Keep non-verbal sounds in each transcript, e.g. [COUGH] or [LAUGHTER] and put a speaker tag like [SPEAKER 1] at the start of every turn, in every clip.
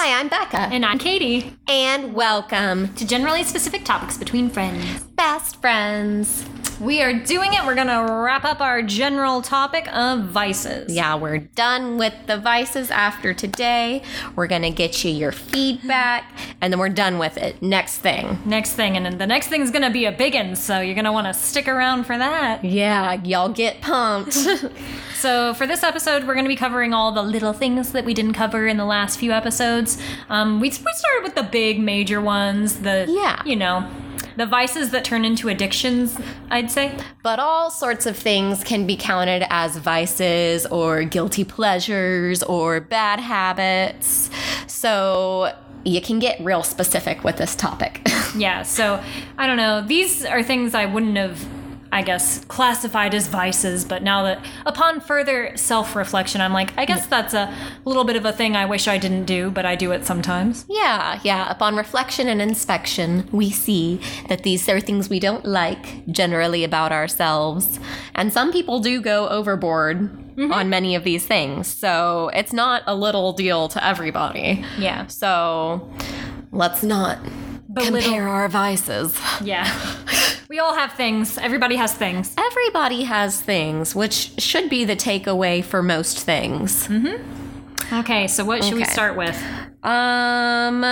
[SPEAKER 1] Amanda.
[SPEAKER 2] And I'm Katie
[SPEAKER 1] And welcome
[SPEAKER 2] to Generally Specific Topics Between Friends.
[SPEAKER 1] to Best Friends.
[SPEAKER 2] We are doing it. We're going to wrap up our general topic of vices.
[SPEAKER 1] Yeah, we're done with the vices after today. We're going to get you your feedback and then we're done with it. Next thing.
[SPEAKER 2] Next thing, and then the next thing is going to be a big one, so you're going to want to stick around for that.
[SPEAKER 1] Yeah, y'all get [LAUGHS] pumped.
[SPEAKER 2] So, for this episode, we're going to be covering all the little things that we didn't cover in the last few episodes. Um, we, we started with the big major ones, the,
[SPEAKER 1] Yeah.
[SPEAKER 2] you know, the vices that turn into addictions, I'd say.
[SPEAKER 1] but all sorts of things can be counted as vices or guilty pleasures or bad habits. So you can get real specific with this topic. [LAUGHS]
[SPEAKER 2] Yeah, so I don't know. These are things I wouldn't have, I guess, classified as vices, but now that upon further self reflection, I'm like, I guess that's a little bit of a thing I wish I didn't do, but I do it sometimes.
[SPEAKER 1] Yeah, yeah. Upon reflection and inspection, we see that these are things we don't like generally about ourselves. And some people do go overboard on many of these things. So it's not a little deal to everybody.
[SPEAKER 2] Yeah.
[SPEAKER 1] So let's not
[SPEAKER 2] Belittle-
[SPEAKER 1] compare our vices.
[SPEAKER 2] Yeah. [LAUGHS] we all have things, everybody has things.
[SPEAKER 1] Everybody has things, which should be the takeaway for most things.
[SPEAKER 2] Okay, so what should we
[SPEAKER 1] Okay.
[SPEAKER 2] start with?
[SPEAKER 1] Um,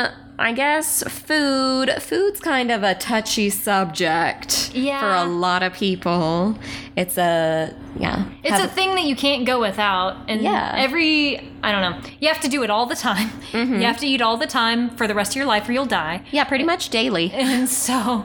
[SPEAKER 1] I guess food. Food's kind of a touchy subject
[SPEAKER 2] Yeah.
[SPEAKER 1] for a lot of people. It's a yeah.
[SPEAKER 2] It's
[SPEAKER 1] Have-
[SPEAKER 2] a thing that you can't go without. And
[SPEAKER 1] Yeah.
[SPEAKER 2] every, I don't know, you have to do it all the time.
[SPEAKER 1] Mm-hmm.
[SPEAKER 2] You have to eat all the time for the rest of your life or you'll die. [LAUGHS]
[SPEAKER 1] yeah, pretty much daily.
[SPEAKER 2] And so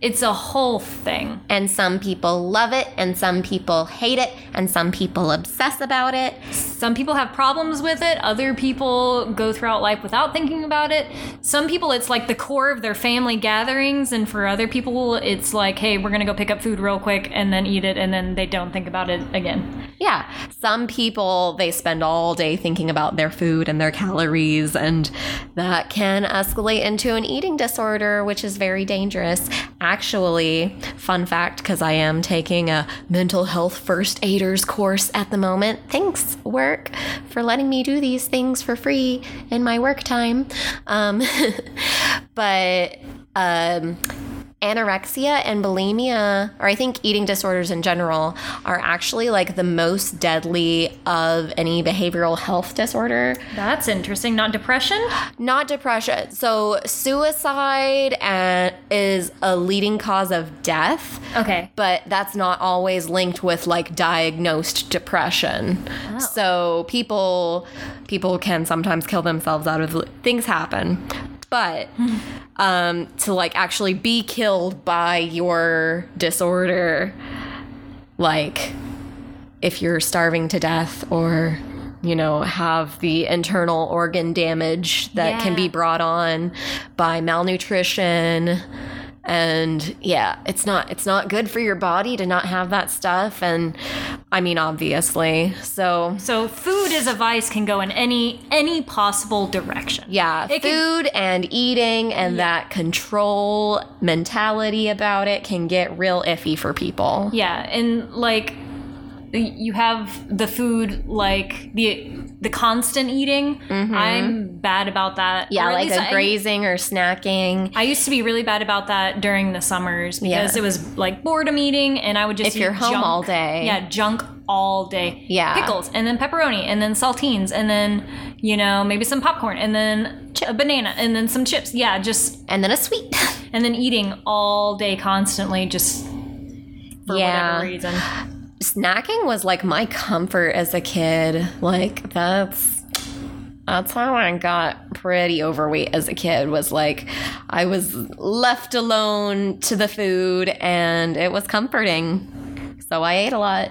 [SPEAKER 2] it's a whole thing.
[SPEAKER 1] And some people love it, and some people hate it, and some people obsess about it.
[SPEAKER 2] Some people have problems with it. Other people go throughout life without thinking about it. Some people, it's like the core of their family gatherings. And for other people, it's like, hey, we're going to go pick up food real quick and then eat it. And then they don't think about it again.
[SPEAKER 1] Yeah, some people they spend all day thinking about their food and their calories, and that can escalate into an eating disorder, which is very dangerous. Actually, fun fact because I am taking a mental health first aiders course at the moment. Thanks, work, for letting me do these things for free in my work time. Um, [LAUGHS] but um, anorexia and bulimia, or I think eating disorders in general, are actually like the most deadly of any behavioral health disorder.
[SPEAKER 2] That's interesting.
[SPEAKER 1] [SIGHS]
[SPEAKER 2] Not depression?
[SPEAKER 1] Not depression. So suicide and is a leading cause of death.
[SPEAKER 2] Okay.
[SPEAKER 1] But that's not always linked with like diagnosed depression. So people people can sometimes kill themselves out of things happen. But um, to like actually be killed by your disorder, like if you're starving to death or you know have the internal organ damage that can be
[SPEAKER 2] Yeah.
[SPEAKER 1] brought on by malnutrition and yeah it's not it's not good for your body to not have that stuff and i mean obviously so
[SPEAKER 2] So food as a vice can go in any any possible direction.
[SPEAKER 1] yeah
[SPEAKER 2] It can-
[SPEAKER 1] food and eating and that control mentality about it can get real iffy for people
[SPEAKER 2] Yeah, and like y- you have the food like the the constant eating. I'm bad about that.
[SPEAKER 1] Mm-hmm. yeah
[SPEAKER 2] Or at
[SPEAKER 1] like
[SPEAKER 2] least
[SPEAKER 1] a
[SPEAKER 2] I-
[SPEAKER 1] grazing or snacking
[SPEAKER 2] I used to be really bad about that during the summers because
[SPEAKER 1] Yeah.
[SPEAKER 2] it was like boredom eating, and I would just
[SPEAKER 1] If
[SPEAKER 2] eat
[SPEAKER 1] you're home
[SPEAKER 2] junk.
[SPEAKER 1] all day.
[SPEAKER 2] Yeah, junk all day.
[SPEAKER 1] Yeah.
[SPEAKER 2] pickles, and then pepperoni, and then saltines, and then you know maybe some popcorn, and then a banana, and then some chips. Yeah, just
[SPEAKER 1] and then a sweet [LAUGHS]
[SPEAKER 2] and then eating all day constantly just for
[SPEAKER 1] Yeah.
[SPEAKER 2] whatever reason.
[SPEAKER 1] snacking was like my comfort as a kid. Like that's that's how I got pretty overweight as a kid was like I was left alone to the food and it was comforting. So I ate a lot.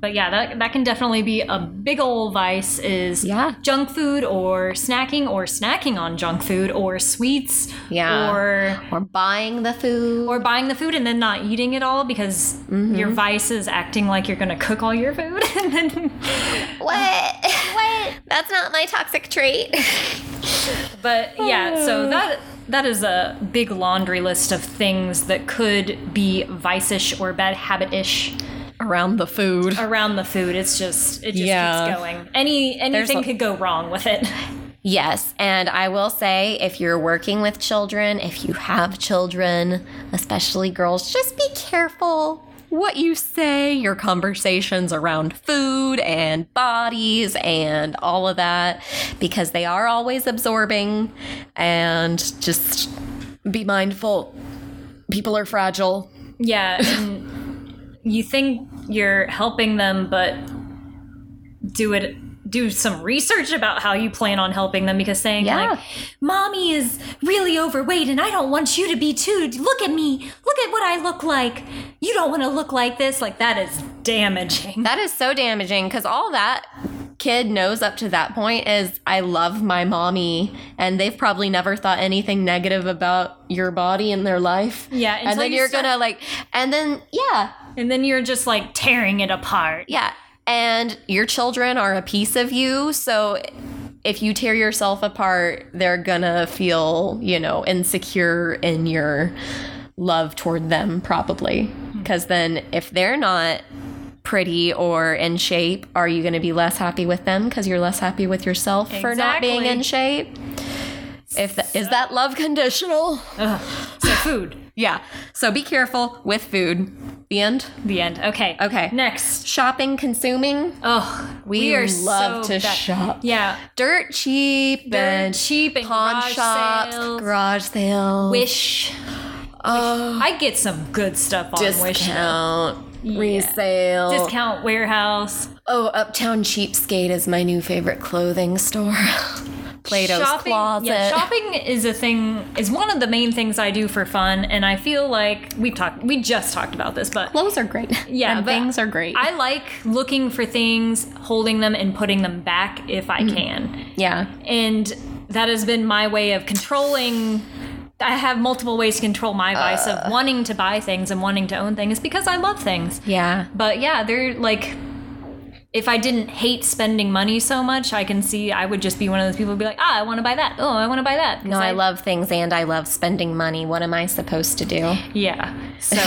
[SPEAKER 2] But yeah, that that can definitely be a big old vice is
[SPEAKER 1] Yeah.
[SPEAKER 2] junk food or snacking or snacking on junk food or sweets
[SPEAKER 1] Yeah.
[SPEAKER 2] or
[SPEAKER 1] Or buying the food.
[SPEAKER 2] or buying the food and then not eating it all because your
[SPEAKER 1] Mm-hmm.
[SPEAKER 2] vice is acting like you're going to cook all your food [LAUGHS] and then
[SPEAKER 1] what? What? [LAUGHS] That's not my toxic trait. [LAUGHS]
[SPEAKER 2] But yeah,
[SPEAKER 1] Uh.
[SPEAKER 2] so that that is a big laundry list of things that could be vice-ish or bad habit-ish
[SPEAKER 1] Around the food.
[SPEAKER 2] around the food. It's just it just
[SPEAKER 1] Yeah.
[SPEAKER 2] keeps going. Any anything
[SPEAKER 1] a-
[SPEAKER 2] could go wrong with it. [LAUGHS]
[SPEAKER 1] Yes. And I will say, if you're working with children, if you have children, especially girls, just be careful what you say, your conversations around food and bodies and all of that, because they are always absorbing. And just be mindful. People are fragile. [LAUGHS]
[SPEAKER 2] Yeah. And you think you're helping them, but do it do some research about how you plan on helping them because saying
[SPEAKER 1] Yeah.
[SPEAKER 2] like mommy is really overweight and i don't want you to be too look at me look at what i look like you don't want to look like this like that is damaging
[SPEAKER 1] That is so damaging because all that kid knows up to that point is I love my mommy, and they've probably never thought anything negative about your body in their life.
[SPEAKER 2] Yeah,
[SPEAKER 1] and
[SPEAKER 2] until
[SPEAKER 1] then
[SPEAKER 2] you
[SPEAKER 1] you're
[SPEAKER 2] start-
[SPEAKER 1] gonna like, and then yeah,
[SPEAKER 2] and then you're just like tearing it apart
[SPEAKER 1] yeah, and your children are a piece of you, so. If you tear yourself apart, they're gonna feel, you know, insecure in your love toward them, probably. Because then, if they're not pretty or in shape, are you going to be less happy with them because you're less happy with yourself for not being in
[SPEAKER 2] Exactly.
[SPEAKER 1] shape? If tha- is that love conditional? [LAUGHS]
[SPEAKER 2] Ugh. so food
[SPEAKER 1] Yeah. So be careful with food. The end.
[SPEAKER 2] the end okay
[SPEAKER 1] Okay.
[SPEAKER 2] next
[SPEAKER 1] Shopping, consuming.
[SPEAKER 2] oh
[SPEAKER 1] We,
[SPEAKER 2] are
[SPEAKER 1] love
[SPEAKER 2] so
[SPEAKER 1] to
[SPEAKER 2] bad.
[SPEAKER 1] shop.
[SPEAKER 2] yeah
[SPEAKER 1] Dirt cheap and
[SPEAKER 2] cheap and
[SPEAKER 1] pawn
[SPEAKER 2] garage
[SPEAKER 1] shops,
[SPEAKER 2] sales.
[SPEAKER 1] garage sales.
[SPEAKER 2] wish
[SPEAKER 1] oh,
[SPEAKER 2] i get some good stuff on wish though.
[SPEAKER 1] discount, resale.
[SPEAKER 2] discount warehouse
[SPEAKER 1] Oh, Uptown Cheapskate is my new favorite clothing store. [LAUGHS] Plato's
[SPEAKER 2] shopping,
[SPEAKER 1] Closet.
[SPEAKER 2] [LAUGHS] Yeah, shopping is a thing is one of the main things I do for fun, and I feel like we've talked we just talked about this, but
[SPEAKER 1] Clothes are great.
[SPEAKER 2] yeah,
[SPEAKER 1] and
[SPEAKER 2] but
[SPEAKER 1] things are great.
[SPEAKER 2] I like looking for things, holding them, and putting them back if I can,
[SPEAKER 1] yeah,
[SPEAKER 2] and that has been my way of controlling. I have multiple ways to control my vice of wanting to buy things and wanting to own things because I love things.
[SPEAKER 1] yeah,
[SPEAKER 2] But yeah, they're like, if I didn't hate spending money so much, I can see I would just be one of those people who'd be like, ah, I want to buy that. Oh, I want to buy that. 'Cause
[SPEAKER 1] No, I love things and I love spending money. What am I supposed to do?
[SPEAKER 2] Yeah. So [LAUGHS]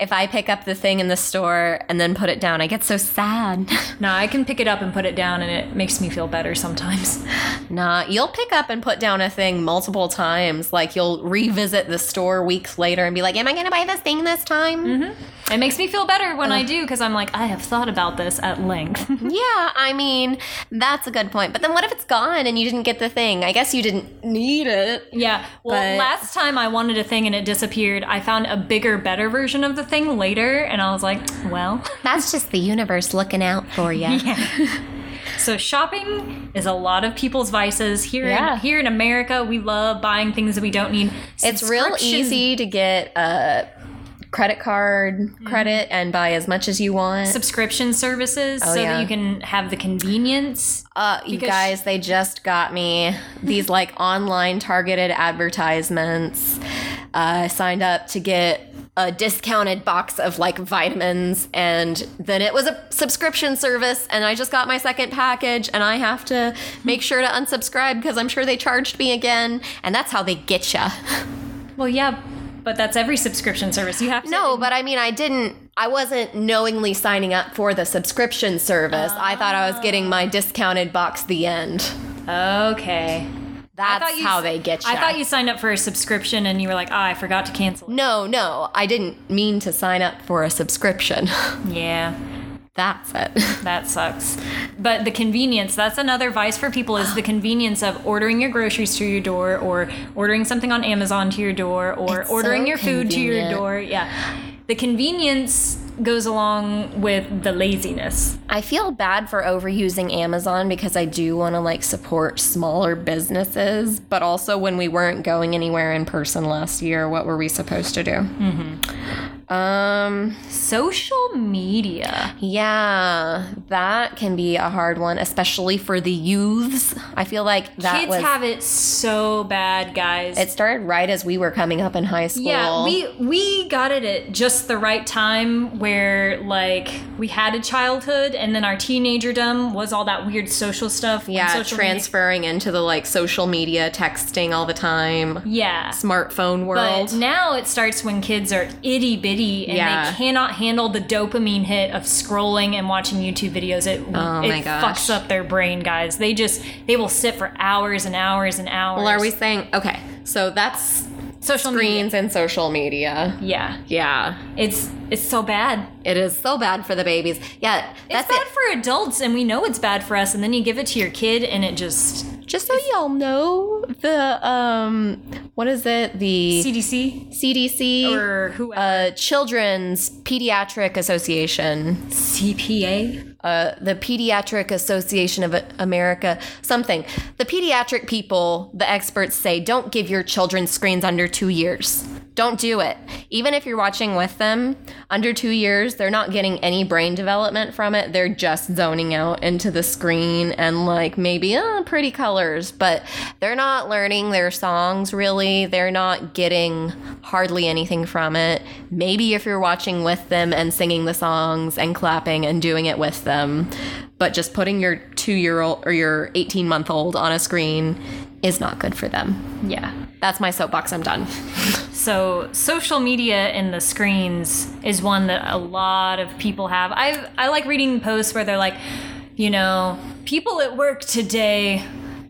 [SPEAKER 1] If I pick up the thing in the store and then put it down, I get so sad. [LAUGHS]
[SPEAKER 2] no, I can pick it up and put it down, and it makes me feel better sometimes. [LAUGHS]
[SPEAKER 1] nah, you'll pick up and put down a thing multiple times. Like you'll revisit the store weeks later and be like, "Am I going to buy this thing this time?"
[SPEAKER 2] It makes me feel better when I do because I'm like, I have thought about this at
[SPEAKER 1] [LAUGHS]
[SPEAKER 2] length. [LAUGHS]
[SPEAKER 1] Yeah, I mean, that's a good point. But then what if it's gone and you didn't get the thing? I guess you didn't need it.
[SPEAKER 2] yeah. Well,
[SPEAKER 1] But-
[SPEAKER 2] last time I wanted a thing and it disappeared. I found a bigger, better version of the thing later, and I was like, well.
[SPEAKER 1] That's just the universe looking out for you.
[SPEAKER 2] [LAUGHS] So shopping is a lot of people's vices here.
[SPEAKER 1] Yeah.
[SPEAKER 2] In, here in America, we love buying things that we don't need.
[SPEAKER 1] It's real
[SPEAKER 2] Subscription-
[SPEAKER 1] easy to get a credit card credit and buy as much as you want.
[SPEAKER 2] Subscription services so
[SPEAKER 1] Oh, yeah.
[SPEAKER 2] that you can have the convenience.
[SPEAKER 1] Uh, you
[SPEAKER 2] Because-
[SPEAKER 1] guys, they just got me these
[SPEAKER 2] [LAUGHS]
[SPEAKER 1] like online targeted advertisements. Uh, I signed up to get a discounted box of like vitamins, and then it was a subscription service, and I just got my second package, and I have
[SPEAKER 2] [LAUGHS]
[SPEAKER 1] to make sure to unsubscribe because I'm sure they charged me again, and that's how they get ya. [LAUGHS]
[SPEAKER 2] Well, yeah, but that's every subscription service. You have to.
[SPEAKER 1] No, but I mean, I didn't. I wasn't knowingly signing up for the subscription service. I thought I was getting
[SPEAKER 2] Ah.
[SPEAKER 1] my discounted box. The end.
[SPEAKER 2] Okay. I
[SPEAKER 1] That's
[SPEAKER 2] thought you-
[SPEAKER 1] how they get you.
[SPEAKER 2] I thought you signed up for a subscription and you were like, oh, I forgot to cancel. it."
[SPEAKER 1] No, no, I didn't mean to sign up for a subscription. [LAUGHS]
[SPEAKER 2] Yeah,
[SPEAKER 1] That's it. [LAUGHS]
[SPEAKER 2] that sucks. But the convenience, that's another vice for people is the convenience of ordering your groceries to your door or ordering something on Amazon to your door or
[SPEAKER 1] It's so
[SPEAKER 2] ordering your food to your
[SPEAKER 1] convenient.
[SPEAKER 2] door. Yeah. The convenience goes along with the laziness.
[SPEAKER 1] I feel bad for overusing Amazon because I do want to like support smaller businesses, but also when we weren't going anywhere in person last year, what were we supposed to do? Mm-hmm. Um,
[SPEAKER 2] Social media.
[SPEAKER 1] yeah, that can be a hard one, especially for the youths. I feel like that
[SPEAKER 2] Kids
[SPEAKER 1] was
[SPEAKER 2] have it so bad, guys.
[SPEAKER 1] it started right as we were coming up in high school.
[SPEAKER 2] Yeah, we we got it at just the right time where like we had a childhood and then our teenagerdom was all that weird social stuff. on
[SPEAKER 1] Yeah,
[SPEAKER 2] social
[SPEAKER 1] transferring into the like social media, texting all the time,
[SPEAKER 2] media. Yeah.
[SPEAKER 1] smartphone world.
[SPEAKER 2] But now it starts when kids are itty bitty and
[SPEAKER 1] Yeah.
[SPEAKER 2] they cannot handle the dopamine hit of scrolling and watching YouTube videos. It
[SPEAKER 1] Oh
[SPEAKER 2] it
[SPEAKER 1] my gosh.
[SPEAKER 2] fucks up their brain, guys. They just they will sit for hours and hours and hours.
[SPEAKER 1] Well, are we saying okay? So that's
[SPEAKER 2] social
[SPEAKER 1] screens and social media.
[SPEAKER 2] Media.
[SPEAKER 1] Yeah,
[SPEAKER 2] Yeah, it's it's so bad.
[SPEAKER 1] it is so bad for the babies. Yeah, that's
[SPEAKER 2] it's bad for adults, and we know it's bad for us. And then you give it to your kid, and it just
[SPEAKER 1] it. Just so y'all know, the um, what is it? The E
[SPEAKER 2] CDC
[SPEAKER 1] CDC
[SPEAKER 2] or whoever
[SPEAKER 1] uh, Children's Pediatric Association,
[SPEAKER 2] CPA.
[SPEAKER 1] uh, the Pediatric Association of America, something. The pediatric people, the experts say, don't give your children screens under two years. Don't do it. Even if you're watching with them, under two years, they're not getting any brain development from it. They're just zoning out into the screen and like maybe uh, pretty colors, but they're not learning their songs really. They're not getting hardly anything from it. Maybe if you're watching with them and singing the songs and clapping and doing it with them, but just putting your two year old or your 18 month old on a screen is not good for them.
[SPEAKER 2] Yeah.
[SPEAKER 1] That's my soapbox. I'm done.
[SPEAKER 2] So social media and the screens is one that a lot of people have. I I like reading posts where they're like, you know, people at work today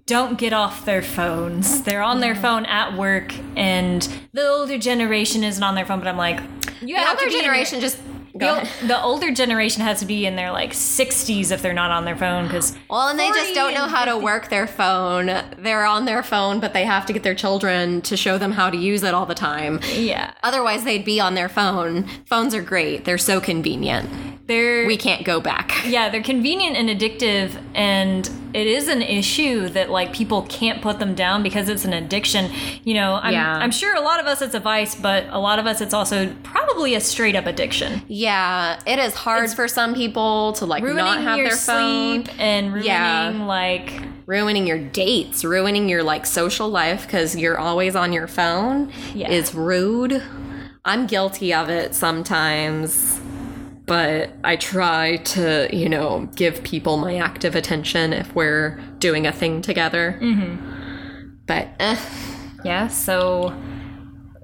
[SPEAKER 2] don't get off their phones. They're on their phone at work, and the older generation isn't on their phone. But I'm like, you
[SPEAKER 1] The
[SPEAKER 2] have to
[SPEAKER 1] older
[SPEAKER 2] be in your-
[SPEAKER 1] generation just.
[SPEAKER 2] the,
[SPEAKER 1] Go
[SPEAKER 2] ol- the older generation has to be in their like 60s if they're not on their phone because
[SPEAKER 1] Well, and they just
[SPEAKER 2] 40
[SPEAKER 1] don't know
[SPEAKER 2] and
[SPEAKER 1] how to work their phone. They're on their phone, but they have to get their children to show them how to use it all the time.
[SPEAKER 2] yeah
[SPEAKER 1] Otherwise, they'd be on their phone. Phones are great, they're so convenient.
[SPEAKER 2] they're
[SPEAKER 1] We can't go back.
[SPEAKER 2] yeah they're convenient and addictive and it is an issue that like people can't put them down because it's an addiction you know i'm,
[SPEAKER 1] Yeah.
[SPEAKER 2] I'm sure a lot of us it's a vice but a lot of us it's also probably a straight up addiction
[SPEAKER 1] Yeah, it is hard for some people to like
[SPEAKER 2] ruining
[SPEAKER 1] not have
[SPEAKER 2] your
[SPEAKER 1] their phone,
[SPEAKER 2] sleep and ruining
[SPEAKER 1] Yeah.
[SPEAKER 2] like
[SPEAKER 1] ruining your dates, ruining your like social life because you're always on your phone
[SPEAKER 2] Yeah.
[SPEAKER 1] is rude. I'm guilty of it sometimes, but I try to, you know, give people my active attention if we're doing a thing together. Mm-hmm. But eh,
[SPEAKER 2] yeah so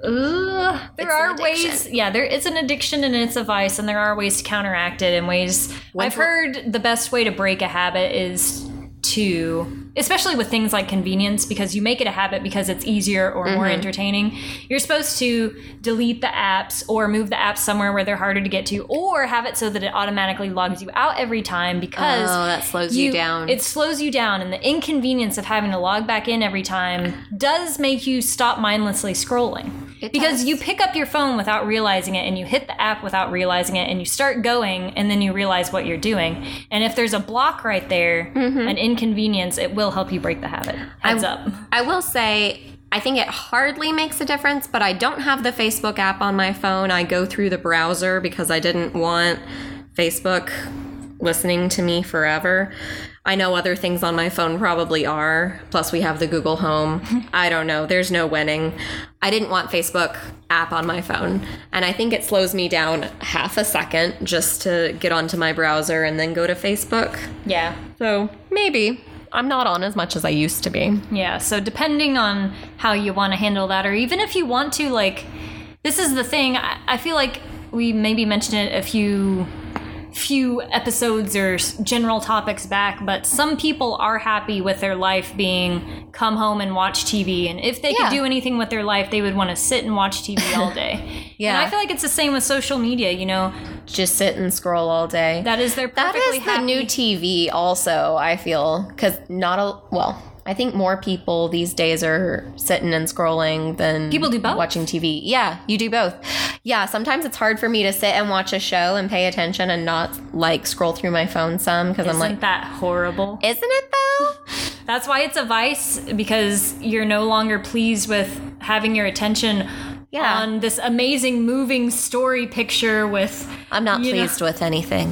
[SPEAKER 2] uh, there
[SPEAKER 1] It's an
[SPEAKER 2] are
[SPEAKER 1] addiction.
[SPEAKER 2] ways yeah there it's an addiction and it's a vice and there are ways to counteract it and ways
[SPEAKER 1] When
[SPEAKER 2] i've
[SPEAKER 1] will-
[SPEAKER 2] heard the best way to break a habit is to especially with things like convenience because you make it a habit because it's easier or
[SPEAKER 1] Mm-hmm.
[SPEAKER 2] more entertaining you're supposed to delete the apps or move the apps somewhere where they're harder to get to or have it so that it automatically logs you out every time because
[SPEAKER 1] Oh, that slows you down.
[SPEAKER 2] it slows you down, and the inconvenience of having to log back in every time does make you stop mindlessly scrolling.
[SPEAKER 1] It
[SPEAKER 2] because
[SPEAKER 1] does.
[SPEAKER 2] you pick up your phone without realizing it, and you hit the app without realizing it, and you start going, and then you realize what you're doing. And if there's a block right there, an inconvenience, it will help you break the habit. Heads up.
[SPEAKER 1] Mm-hmm. I will say, I think it hardly makes a difference, but I don't have the Facebook app on my phone. I go through the browser because I didn't want Facebook listening to me forever. I know other things on my phone probably are. Plus, we have the Google Home. I don't know. There's no winning. I didn't want Facebook app on my phone. And I think it slows me down half a second just to get onto my browser and then go to Facebook.
[SPEAKER 2] Yeah.
[SPEAKER 1] So maybe I'm not on as much as I used to be.
[SPEAKER 2] Yeah, so depending on how you want to handle that, or even if you want to, like, this is the thing. I, I feel like we maybe mentioned it a few few episodes or s- general topics back but some people are happy with their life being come home and watch TV and if they
[SPEAKER 1] Yeah.
[SPEAKER 2] could do anything with their life they would want to sit and watch
[SPEAKER 1] [LAUGHS]
[SPEAKER 2] TV all day.
[SPEAKER 1] Yeah.
[SPEAKER 2] And I feel like it's the same with social media, you know.
[SPEAKER 1] just sit and scroll all day.
[SPEAKER 2] That is their
[SPEAKER 1] that
[SPEAKER 2] perfectly
[SPEAKER 1] is the
[SPEAKER 2] happy-
[SPEAKER 1] new TV, also, I feel, because not a well, I think more people these days are sitting and scrolling than
[SPEAKER 2] People do both.
[SPEAKER 1] watching TV. Yeah, you do both. Yeah, sometimes it's hard for me to sit and watch a show and pay attention and not like scroll through my phone some because I'm
[SPEAKER 2] Isn't
[SPEAKER 1] like,
[SPEAKER 2] that horrible?
[SPEAKER 1] isn't it though?
[SPEAKER 2] That's why it's a vice because you're no longer pleased with having your attention
[SPEAKER 1] Yeah.
[SPEAKER 2] on this amazing moving story picture with
[SPEAKER 1] I'm not
[SPEAKER 2] You know-
[SPEAKER 1] pleased with
[SPEAKER 2] [LAUGHS]
[SPEAKER 1] anything.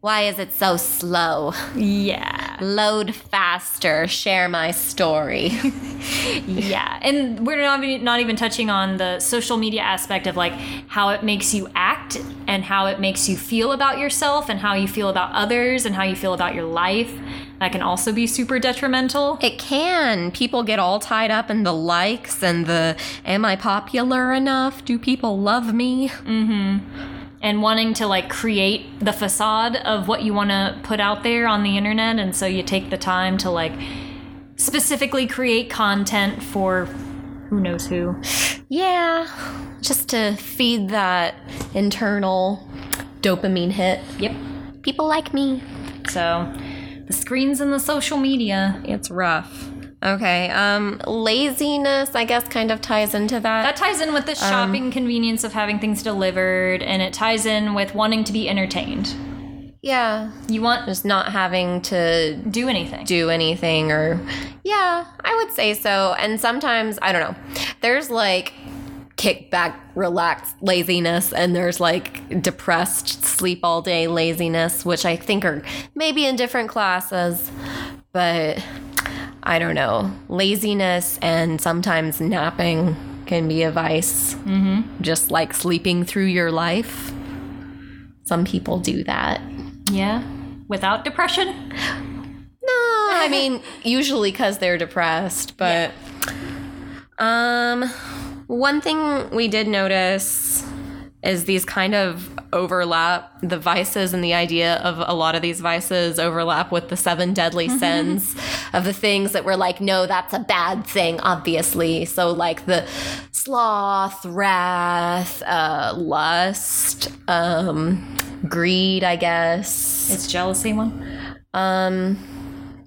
[SPEAKER 1] Why is it so slow?
[SPEAKER 2] yeah
[SPEAKER 1] Load faster. Share my story.
[SPEAKER 2] [LAUGHS] yeah and we're not even, not even touching on the social media aspect of like how it makes you act and how it makes you feel about yourself and how you feel about others and how you feel about your life that can also be super detrimental
[SPEAKER 1] It can. People get all tied up in the likes and the am I popular enough? Do people love me? Mm-hmm.
[SPEAKER 2] and wanting to like create the facade of what you want to put out there on the internet and so you take the time to like specifically create content for who knows who
[SPEAKER 1] Yeah, just to feed that internal dopamine hit.
[SPEAKER 2] yep
[SPEAKER 1] People like me.
[SPEAKER 2] so the screens and the social media
[SPEAKER 1] It's rough. Okay, um, laziness, I guess, kind of ties into that.
[SPEAKER 2] that ties in with the shopping convenience of having things delivered and it ties in with wanting to be entertained
[SPEAKER 1] yeah,
[SPEAKER 2] you want
[SPEAKER 1] just not having to
[SPEAKER 2] do anything
[SPEAKER 1] do anything or yeah i would say so and sometimes i don't know there's like kick back relaxed laziness and there's like depressed sleep all day laziness which i think are maybe in different classes but i don't know laziness and sometimes napping can be a vice mm-hmm. just like sleeping through your life some people do that
[SPEAKER 2] yeah without depression
[SPEAKER 1] no, I mean usually because they're depressed, but um, one thing we did notice is these kind of overlap the vices and the idea of a lot of these vices overlap with the seven deadly sins of the things that we're like no that's a bad thing obviously so like the sloth wrath uh, lust um, greed i guess
[SPEAKER 2] it's jealousy one
[SPEAKER 1] um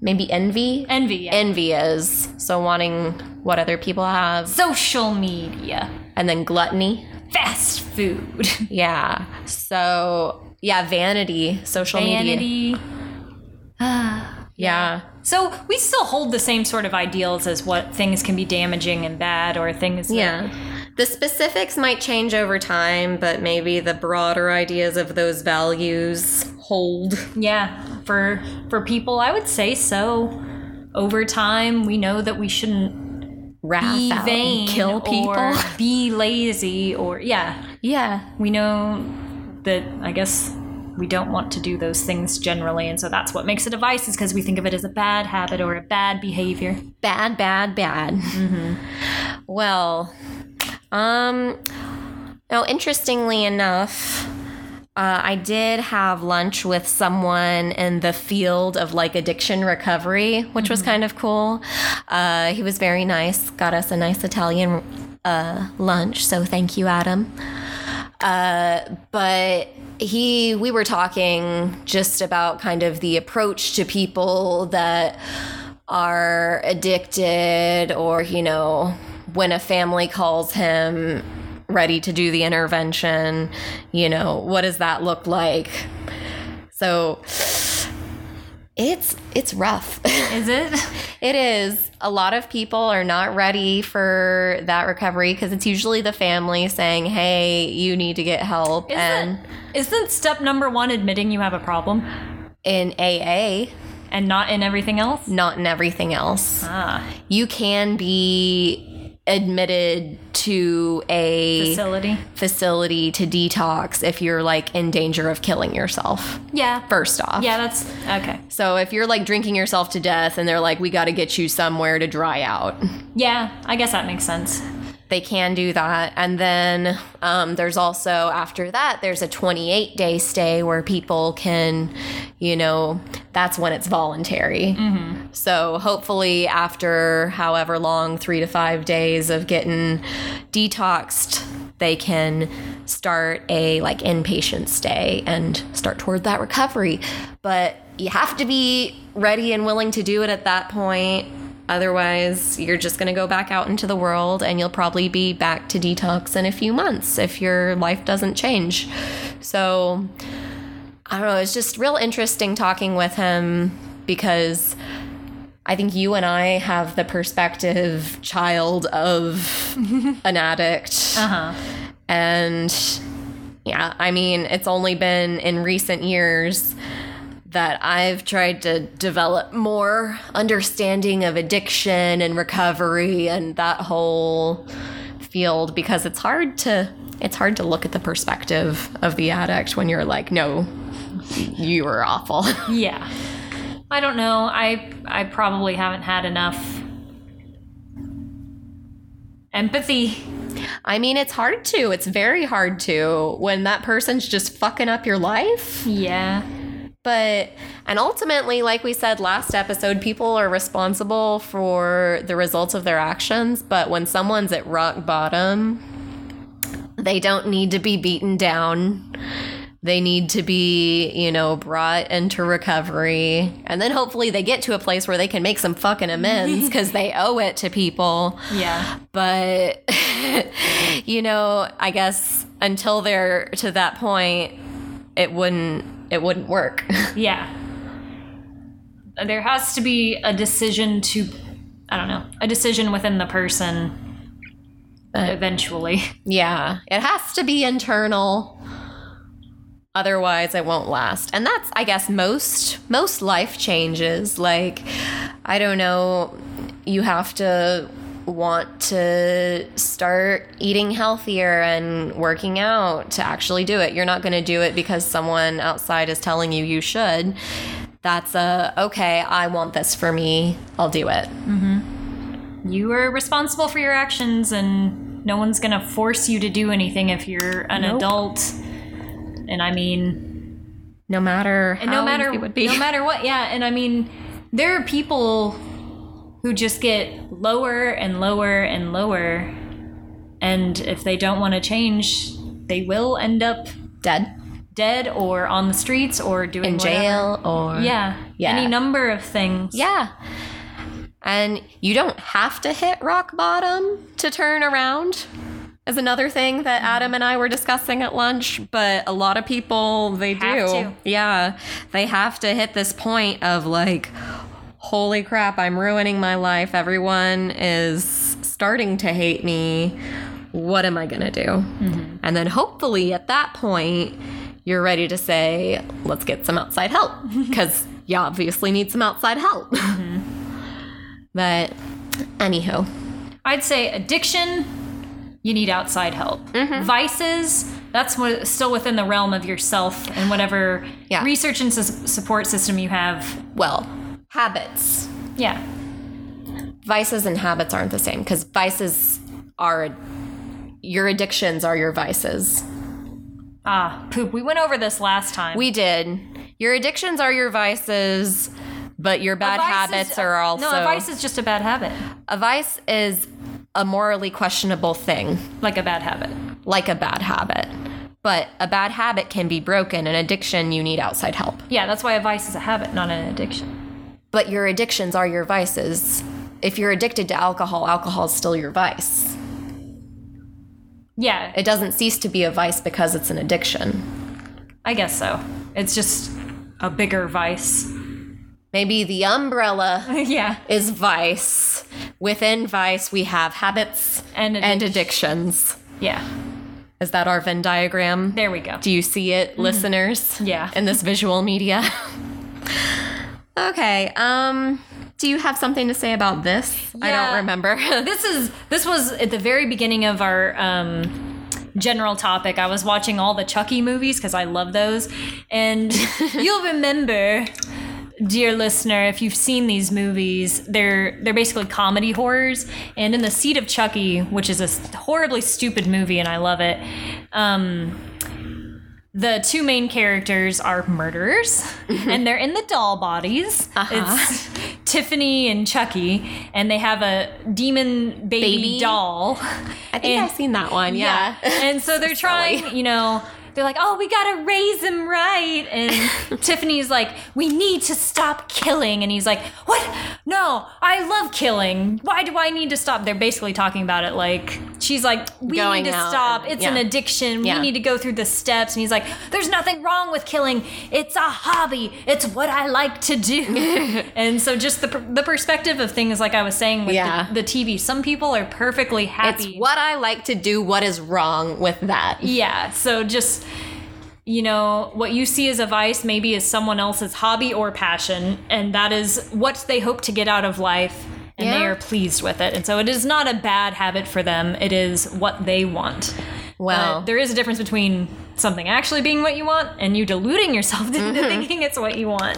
[SPEAKER 1] maybe envy
[SPEAKER 2] envy yeah.
[SPEAKER 1] envy is so wanting what other people have
[SPEAKER 2] social media
[SPEAKER 1] and then gluttony
[SPEAKER 2] fast food [LAUGHS]
[SPEAKER 1] yeah so yeah vanity social media
[SPEAKER 2] vanity
[SPEAKER 1] yeah
[SPEAKER 2] so we still hold the same sort of ideals as what things can be damaging and bad or things that-
[SPEAKER 1] yeah the specifics might change over time but maybe the broader ideas of those values hold
[SPEAKER 2] yeah for for people i would say so over time we know that we shouldn't
[SPEAKER 1] wrath
[SPEAKER 2] be
[SPEAKER 1] out and
[SPEAKER 2] vain
[SPEAKER 1] kill
[SPEAKER 2] or
[SPEAKER 1] people [LAUGHS]
[SPEAKER 2] be lazy or yeah
[SPEAKER 1] yeah
[SPEAKER 2] we know that i guess we don't want to do those things generally and so that's what makes it a vice is because we think of it as a bad habit or a bad behavior
[SPEAKER 1] bad bad bad well um now interestingly enough uh, i did have lunch with someone in the field of like addiction recovery which was kind of cool uh, he was very nice got us a nice italian uh, lunch so thank you adam but he we were talking just about kind of the approach to people that are addicted or you know when a family calls him ready to do the intervention you know what does that look like so it's it's rough [LAUGHS]
[SPEAKER 2] is [LAUGHS] it
[SPEAKER 1] It is. A lot of people are not ready for that recovery because it's usually the family saying, "Hey, you need to get help." and
[SPEAKER 2] Isn't step number one admitting you have a problem
[SPEAKER 1] in AA,
[SPEAKER 2] and not in everything else?
[SPEAKER 1] not in everything else.
[SPEAKER 2] Ah,
[SPEAKER 1] You can be admitted to a
[SPEAKER 2] facility.
[SPEAKER 1] facility to detox if you're like in danger of killing yourself.
[SPEAKER 2] Yeah.
[SPEAKER 1] First off.
[SPEAKER 2] Yeah, that's okay.
[SPEAKER 1] So if you're like drinking yourself to death and they're like, "We got to get you somewhere to dry out."
[SPEAKER 2] Yeah, I guess that makes sense.
[SPEAKER 1] they can do that. And then um, there's also, after that, there's a 28 day stay where people can, you know, that's when it's voluntary. So hopefully, after however long, three to five days of getting detoxed, they can start a like inpatient stay and start toward that recovery. But you have to be ready and willing to do it at that point. Otherwise, you're just going to go back out into the world and you'll probably be back to detox in a few months if your life doesn't change. So, I don't know. It's just real interesting talking with him because I think you and I have the perspective child of an addict.
[SPEAKER 2] Uh huh.
[SPEAKER 1] And yeah, I mean, it's only been in recent years that I've tried to develop more understanding of addiction and recovery and that whole field because it's hard to it's hard to look at the perspective of the addict when you're like, no, you are awful. [LAUGHS]
[SPEAKER 2] Yeah. I don't know. I I probably haven't had enough empathy
[SPEAKER 1] I mean, it's hard to. It's very hard to when that person's just fucking up your life.
[SPEAKER 2] Yeah.
[SPEAKER 1] But, and ultimately, like we said last episode, people are responsible for the results of their actions. But when someone's at rock bottom, they don't need to be beaten down. They need to be, you know, brought into recovery. And then hopefully they get to a place where they can make some fucking amends because they owe it to people
[SPEAKER 2] Yeah.
[SPEAKER 1] but [LAUGHS] you know i guess until they're to that point it wouldn't it wouldn't work [LAUGHS]
[SPEAKER 2] Yeah. There has to be a decision to, I don't know, a decision within the person eventually.
[SPEAKER 1] yeah it has to be internal otherwise it won't last and that's i guess most most life changes like i don't know you have to want to start eating healthier and working out to actually do it you're not going to do it because someone outside is telling you you should that's a okay i want this for me i'll do it
[SPEAKER 2] You are responsible for your actions, and no one's going to force you to do anything if you're an
[SPEAKER 1] Nope.
[SPEAKER 2] adult. And I mean,
[SPEAKER 1] no matter
[SPEAKER 2] and
[SPEAKER 1] how
[SPEAKER 2] no matter
[SPEAKER 1] easy it would be
[SPEAKER 2] no matter what yeah and i mean there are people who just get lower and lower and lower and if they don't want to change they will end up
[SPEAKER 1] [LAUGHS] dead
[SPEAKER 2] dead or on the streets or doing
[SPEAKER 1] in
[SPEAKER 2] whatever.
[SPEAKER 1] jail or
[SPEAKER 2] yeah
[SPEAKER 1] Yeah.
[SPEAKER 2] any number of things
[SPEAKER 1] Yeah. And you don't have to hit rock bottom to turn around. Is another thing that
[SPEAKER 2] Mm-hmm.
[SPEAKER 1] Adam and I were discussing at lunch, but a lot of people they
[SPEAKER 2] Have
[SPEAKER 1] do.
[SPEAKER 2] to.
[SPEAKER 1] Yeah. They have to hit this point of like holy crap, I'm ruining my life. Everyone is starting to hate me. What am I going to do?
[SPEAKER 2] Mm-hmm.
[SPEAKER 1] And then hopefully at that point, you're ready to say, let's get some outside help
[SPEAKER 2] [LAUGHS]
[SPEAKER 1] because you obviously need some outside help.
[SPEAKER 2] Mm-hmm.
[SPEAKER 1] [LAUGHS] But anyhow,
[SPEAKER 2] i'd say addiction you need outside help
[SPEAKER 1] Mm-hmm.
[SPEAKER 2] vices that's what, still within the realm of yourself and whatever
[SPEAKER 1] Yeah.
[SPEAKER 2] research and sus- support system you have
[SPEAKER 1] well, habits.
[SPEAKER 2] yeah
[SPEAKER 1] Vices and habits aren't the same because vices are your addictions are your vices.
[SPEAKER 2] Ah, poop. We went over this last time.
[SPEAKER 1] We did. Your addictions are your vices, but your
[SPEAKER 2] A
[SPEAKER 1] bad
[SPEAKER 2] vice is-
[SPEAKER 1] habits are also.
[SPEAKER 2] No, a vice is just a bad habit.
[SPEAKER 1] a vice is a morally questionable thing,
[SPEAKER 2] Like a bad habit.
[SPEAKER 1] like a bad habit. But a bad habit can be broken. An addiction, you need outside help.
[SPEAKER 2] Yeah, that's why a vice is a habit, not an addiction.
[SPEAKER 1] But your addictions are your vices. If you're addicted to alcohol, alcohol is still your vice.
[SPEAKER 2] Yeah,
[SPEAKER 1] It doesn't cease to be a vice because it's an addiction.
[SPEAKER 2] I guess so. It's just a bigger vice. [LAUGHS]
[SPEAKER 1] Maybe the umbrella
[SPEAKER 2] yeah,
[SPEAKER 1] is vice. Within vice, we have habits
[SPEAKER 2] and, addic-
[SPEAKER 1] and addictions.
[SPEAKER 2] yeah,
[SPEAKER 1] Is that our Venn diagram?
[SPEAKER 2] there we go.
[SPEAKER 1] Do you see it, listeners?
[SPEAKER 2] Yeah.
[SPEAKER 1] In this visual media. [LAUGHS] okay. Um do you have something to say about this? I
[SPEAKER 2] Yeah.
[SPEAKER 1] don't [LAUGHS] remember.
[SPEAKER 2] this is this was at the very beginning of our um, general topic. I was watching all the Chucky movies because I love those, and you'll remember, dear listener, if you've seen these movies, they're they're basically comedy horrors. And in the Seat of Chucky, which is a s- horribly stupid movie, and I love it. Um, the two main characters are murderers and they're in the doll bodies. It's Tiffany and Chucky, and they have a demon baby,
[SPEAKER 1] Baby?
[SPEAKER 2] doll.
[SPEAKER 1] I think I've seen that one. Yeah. [LAUGHS]
[SPEAKER 2] And so they're trying, you know, they're like, oh, we gotta raise him right.
[SPEAKER 1] [LAUGHS]
[SPEAKER 2] And Tiffany's like, we need to stop killing. And he's like, what? No, I love killing. Why do I need to stop? They're basically talking about it like, she's like, we
[SPEAKER 1] Going
[SPEAKER 2] need to
[SPEAKER 1] out
[SPEAKER 2] stop.
[SPEAKER 1] and-
[SPEAKER 2] It's
[SPEAKER 1] yeah.
[SPEAKER 2] an addiction.
[SPEAKER 1] Yeah.
[SPEAKER 2] We need to go through the steps. And he's like, there's nothing wrong with killing. It's a hobby, it's what I like to do.
[SPEAKER 1] [LAUGHS]
[SPEAKER 2] and so just the, per- the perspective of things, like I was saying with
[SPEAKER 1] Yeah.
[SPEAKER 2] the, the TV, some people are perfectly happy.
[SPEAKER 1] It's what I like to do, what is wrong with that.
[SPEAKER 2] Yeah. So just you know what you see as a vice maybe is someone else's hobby or passion, and that is what they hope to get out of life, and they
[SPEAKER 1] Yeah.
[SPEAKER 2] are pleased with it. And so it is not a bad habit for them. It is what they want.
[SPEAKER 1] Well,
[SPEAKER 2] But there is a difference between something actually being what you want and you deluding yourself [LAUGHS] into
[SPEAKER 1] Mm-hmm.
[SPEAKER 2] thinking it's what you want.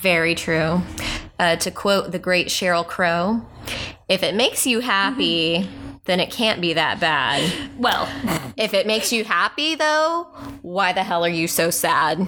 [SPEAKER 1] very true. Uh, to quote the great Cheryl Crow, if it makes you happy, then it can't be that bad.
[SPEAKER 2] Well,
[SPEAKER 1] If it makes you happy, though, why the hell are you so sad?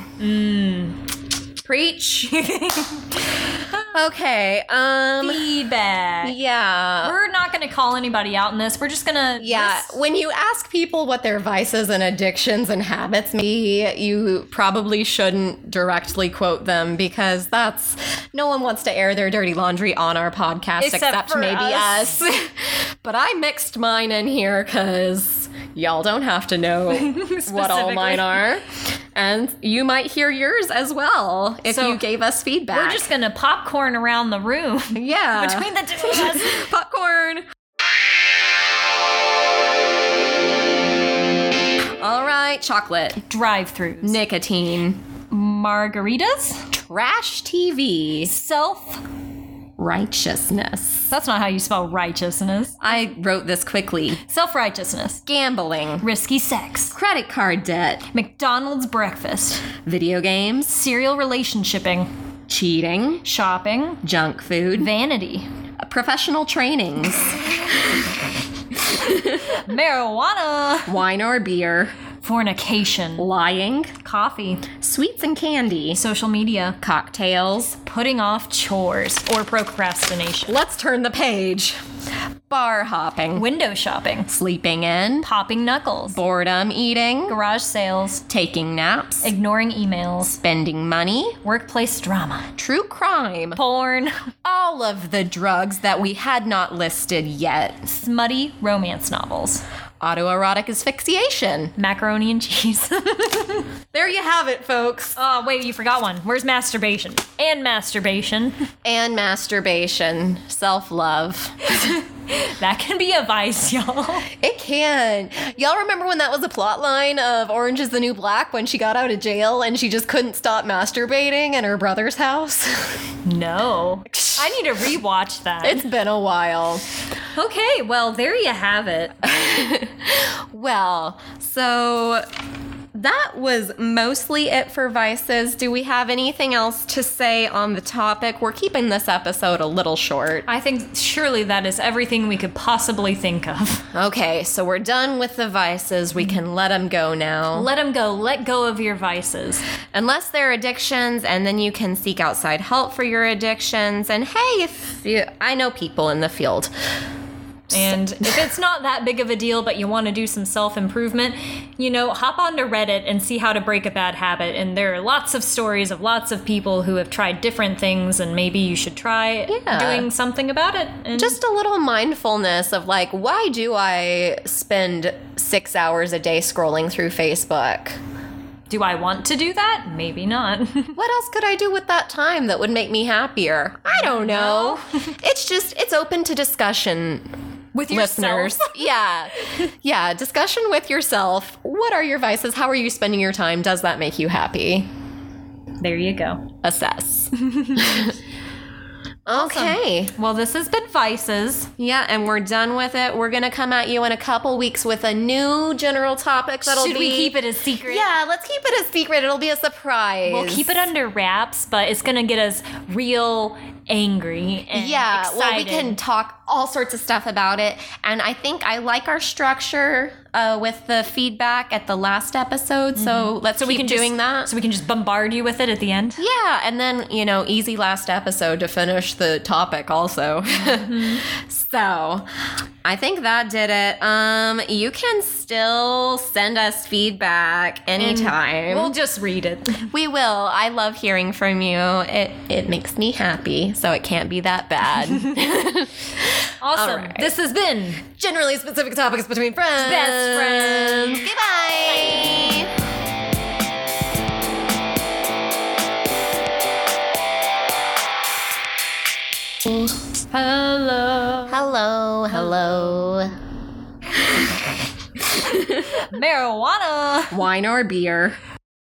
[SPEAKER 1] Preach. [LAUGHS] okay. Um.
[SPEAKER 2] feedback.
[SPEAKER 1] Yeah.
[SPEAKER 2] We're not going to call anybody out in this. We're just going to.
[SPEAKER 1] Yeah. When you ask people what their vices and addictions and habits may be, you probably shouldn't directly quote them because that's no one wants to air their dirty laundry on our podcast
[SPEAKER 2] Except
[SPEAKER 1] except,
[SPEAKER 2] for
[SPEAKER 1] maybe
[SPEAKER 2] us.
[SPEAKER 1] us. [LAUGHS] but I mixed mine in here because y'all don't have to
[SPEAKER 2] [LAUGHS]
[SPEAKER 1] know what all mine are. And you might hear yours as well if
[SPEAKER 2] So,
[SPEAKER 1] you gave us feedback.
[SPEAKER 2] We're just going to popcorn around the room [LAUGHS]
[SPEAKER 1] yeah.
[SPEAKER 2] between the two of us.
[SPEAKER 1] [LAUGHS] popcorn. All right, chocolate,
[SPEAKER 2] Drive throughs,
[SPEAKER 1] nicotine,
[SPEAKER 2] margaritas,
[SPEAKER 1] trash TV,
[SPEAKER 2] self.
[SPEAKER 1] righteousness.
[SPEAKER 2] That's not how you spell righteousness.
[SPEAKER 1] I wrote this quickly.
[SPEAKER 2] Self righteousness,
[SPEAKER 1] Gambling,
[SPEAKER 2] risky sex,
[SPEAKER 1] credit card debt,
[SPEAKER 2] McDonald's breakfast,
[SPEAKER 1] video games,
[SPEAKER 2] serial relationshiping,
[SPEAKER 1] cheating,
[SPEAKER 2] shopping,
[SPEAKER 1] junk food,
[SPEAKER 2] vanity,
[SPEAKER 1] professional trainings,
[SPEAKER 2] marijuana,
[SPEAKER 1] wine or beer,
[SPEAKER 2] fornication,
[SPEAKER 1] lying,
[SPEAKER 2] coffee,
[SPEAKER 1] sweets and candy,
[SPEAKER 2] social media,
[SPEAKER 1] cocktails.
[SPEAKER 2] putting off chores or procrastination,
[SPEAKER 1] Let's turn the page. Bar hopping,
[SPEAKER 2] window shopping,
[SPEAKER 1] sleeping in,
[SPEAKER 2] popping knuckles,
[SPEAKER 1] boredom eating,
[SPEAKER 2] garage sales,
[SPEAKER 1] taking naps,
[SPEAKER 2] ignoring emails,
[SPEAKER 1] spending money,
[SPEAKER 2] workplace drama,
[SPEAKER 1] true crime,
[SPEAKER 2] porn,
[SPEAKER 1] all of the drugs that we had not listed yet,
[SPEAKER 2] smutty romance novels,
[SPEAKER 1] autoerotic asphyxiation. macaroni.
[SPEAKER 2] macaroni and cheese. [LAUGHS]
[SPEAKER 1] There you have it, folks.
[SPEAKER 2] oh, wait, you forgot one. Where's masturbation? And masturbation. [LAUGHS]
[SPEAKER 1] And masturbation, self love.
[SPEAKER 2] That can be a vice, [LAUGHS] y'all.
[SPEAKER 1] It can. Y'all remember when that was a plot line of Orange is the New Black when she got out of jail and she just couldn't stop masturbating in her brother's house? [LAUGHS]
[SPEAKER 2] No. I need to rewatch that.
[SPEAKER 1] it's been a while.
[SPEAKER 2] okay, well, there you have it.
[SPEAKER 1] Well, so that was mostly it for vices. Do we have anything else to say on the topic? We're keeping this episode a little short.
[SPEAKER 2] I think surely that is everything we could possibly think of.
[SPEAKER 1] Okay, so we're done with the vices. We can let them go now.
[SPEAKER 2] Let them go. Let go of your vices.
[SPEAKER 1] Unless they're addictions, and then you can seek outside help for your addictions. And hey, if you, I know people in the field. [LAUGHS]
[SPEAKER 2] And if it's not that big of a deal, but you want to do some self improvement, you know, hop onto Reddit and see how to break a bad habit. And there are lots of stories of lots of people who have tried different things, and maybe you should try
[SPEAKER 1] Yeah.
[SPEAKER 2] doing something about it. And
[SPEAKER 1] Just a little mindfulness of like, why do I spend six hours a day scrolling through Facebook?
[SPEAKER 2] do I want to do that? Maybe not. [LAUGHS]
[SPEAKER 1] What else could I do with that time that would make me happier? I don't know. [LAUGHS] it's just it's open to discussion,
[SPEAKER 2] With
[SPEAKER 1] listeners. yeah. Yeah, discussion with yourself. What are your vices? How are you spending your time? Does that make you happy?
[SPEAKER 2] There you go. [LAUGHS]
[SPEAKER 1] Assess. okay.
[SPEAKER 2] Well, this has been Vices.
[SPEAKER 1] Yeah, and we're done with it. We're going to come at you in a couple weeks with a new general topic that'll
[SPEAKER 2] Should
[SPEAKER 1] be
[SPEAKER 2] we keep it a secret?
[SPEAKER 1] Yeah, let's keep it a secret. It'll be a surprise.
[SPEAKER 2] We'll keep it under wraps, but it's going to get us real angry and
[SPEAKER 1] yeah
[SPEAKER 2] excited.
[SPEAKER 1] well we can talk all sorts of stuff about it and i think i like our structure uh, with the feedback at the last episode Mm-hmm. so let's
[SPEAKER 2] so
[SPEAKER 1] keep
[SPEAKER 2] we can
[SPEAKER 1] doing
[SPEAKER 2] just,
[SPEAKER 1] that
[SPEAKER 2] So we can just bombard you with it at the end.
[SPEAKER 1] yeah and then you know easy last episode to finish the topic also Mm-hmm. [LAUGHS] so i think that did it um you can still send us feedback anytime
[SPEAKER 2] We'll just read it.
[SPEAKER 1] we will i love hearing from you it it makes me happy so it can't be that [LAUGHS] bad
[SPEAKER 2] [LAUGHS] Awesome.
[SPEAKER 1] right.
[SPEAKER 2] This has been
[SPEAKER 1] generally specific topics between friends.
[SPEAKER 2] Best friends.
[SPEAKER 1] Goodbye.
[SPEAKER 2] Hello
[SPEAKER 1] Hello, hello.
[SPEAKER 2] Marijuana.
[SPEAKER 1] Wine or beer.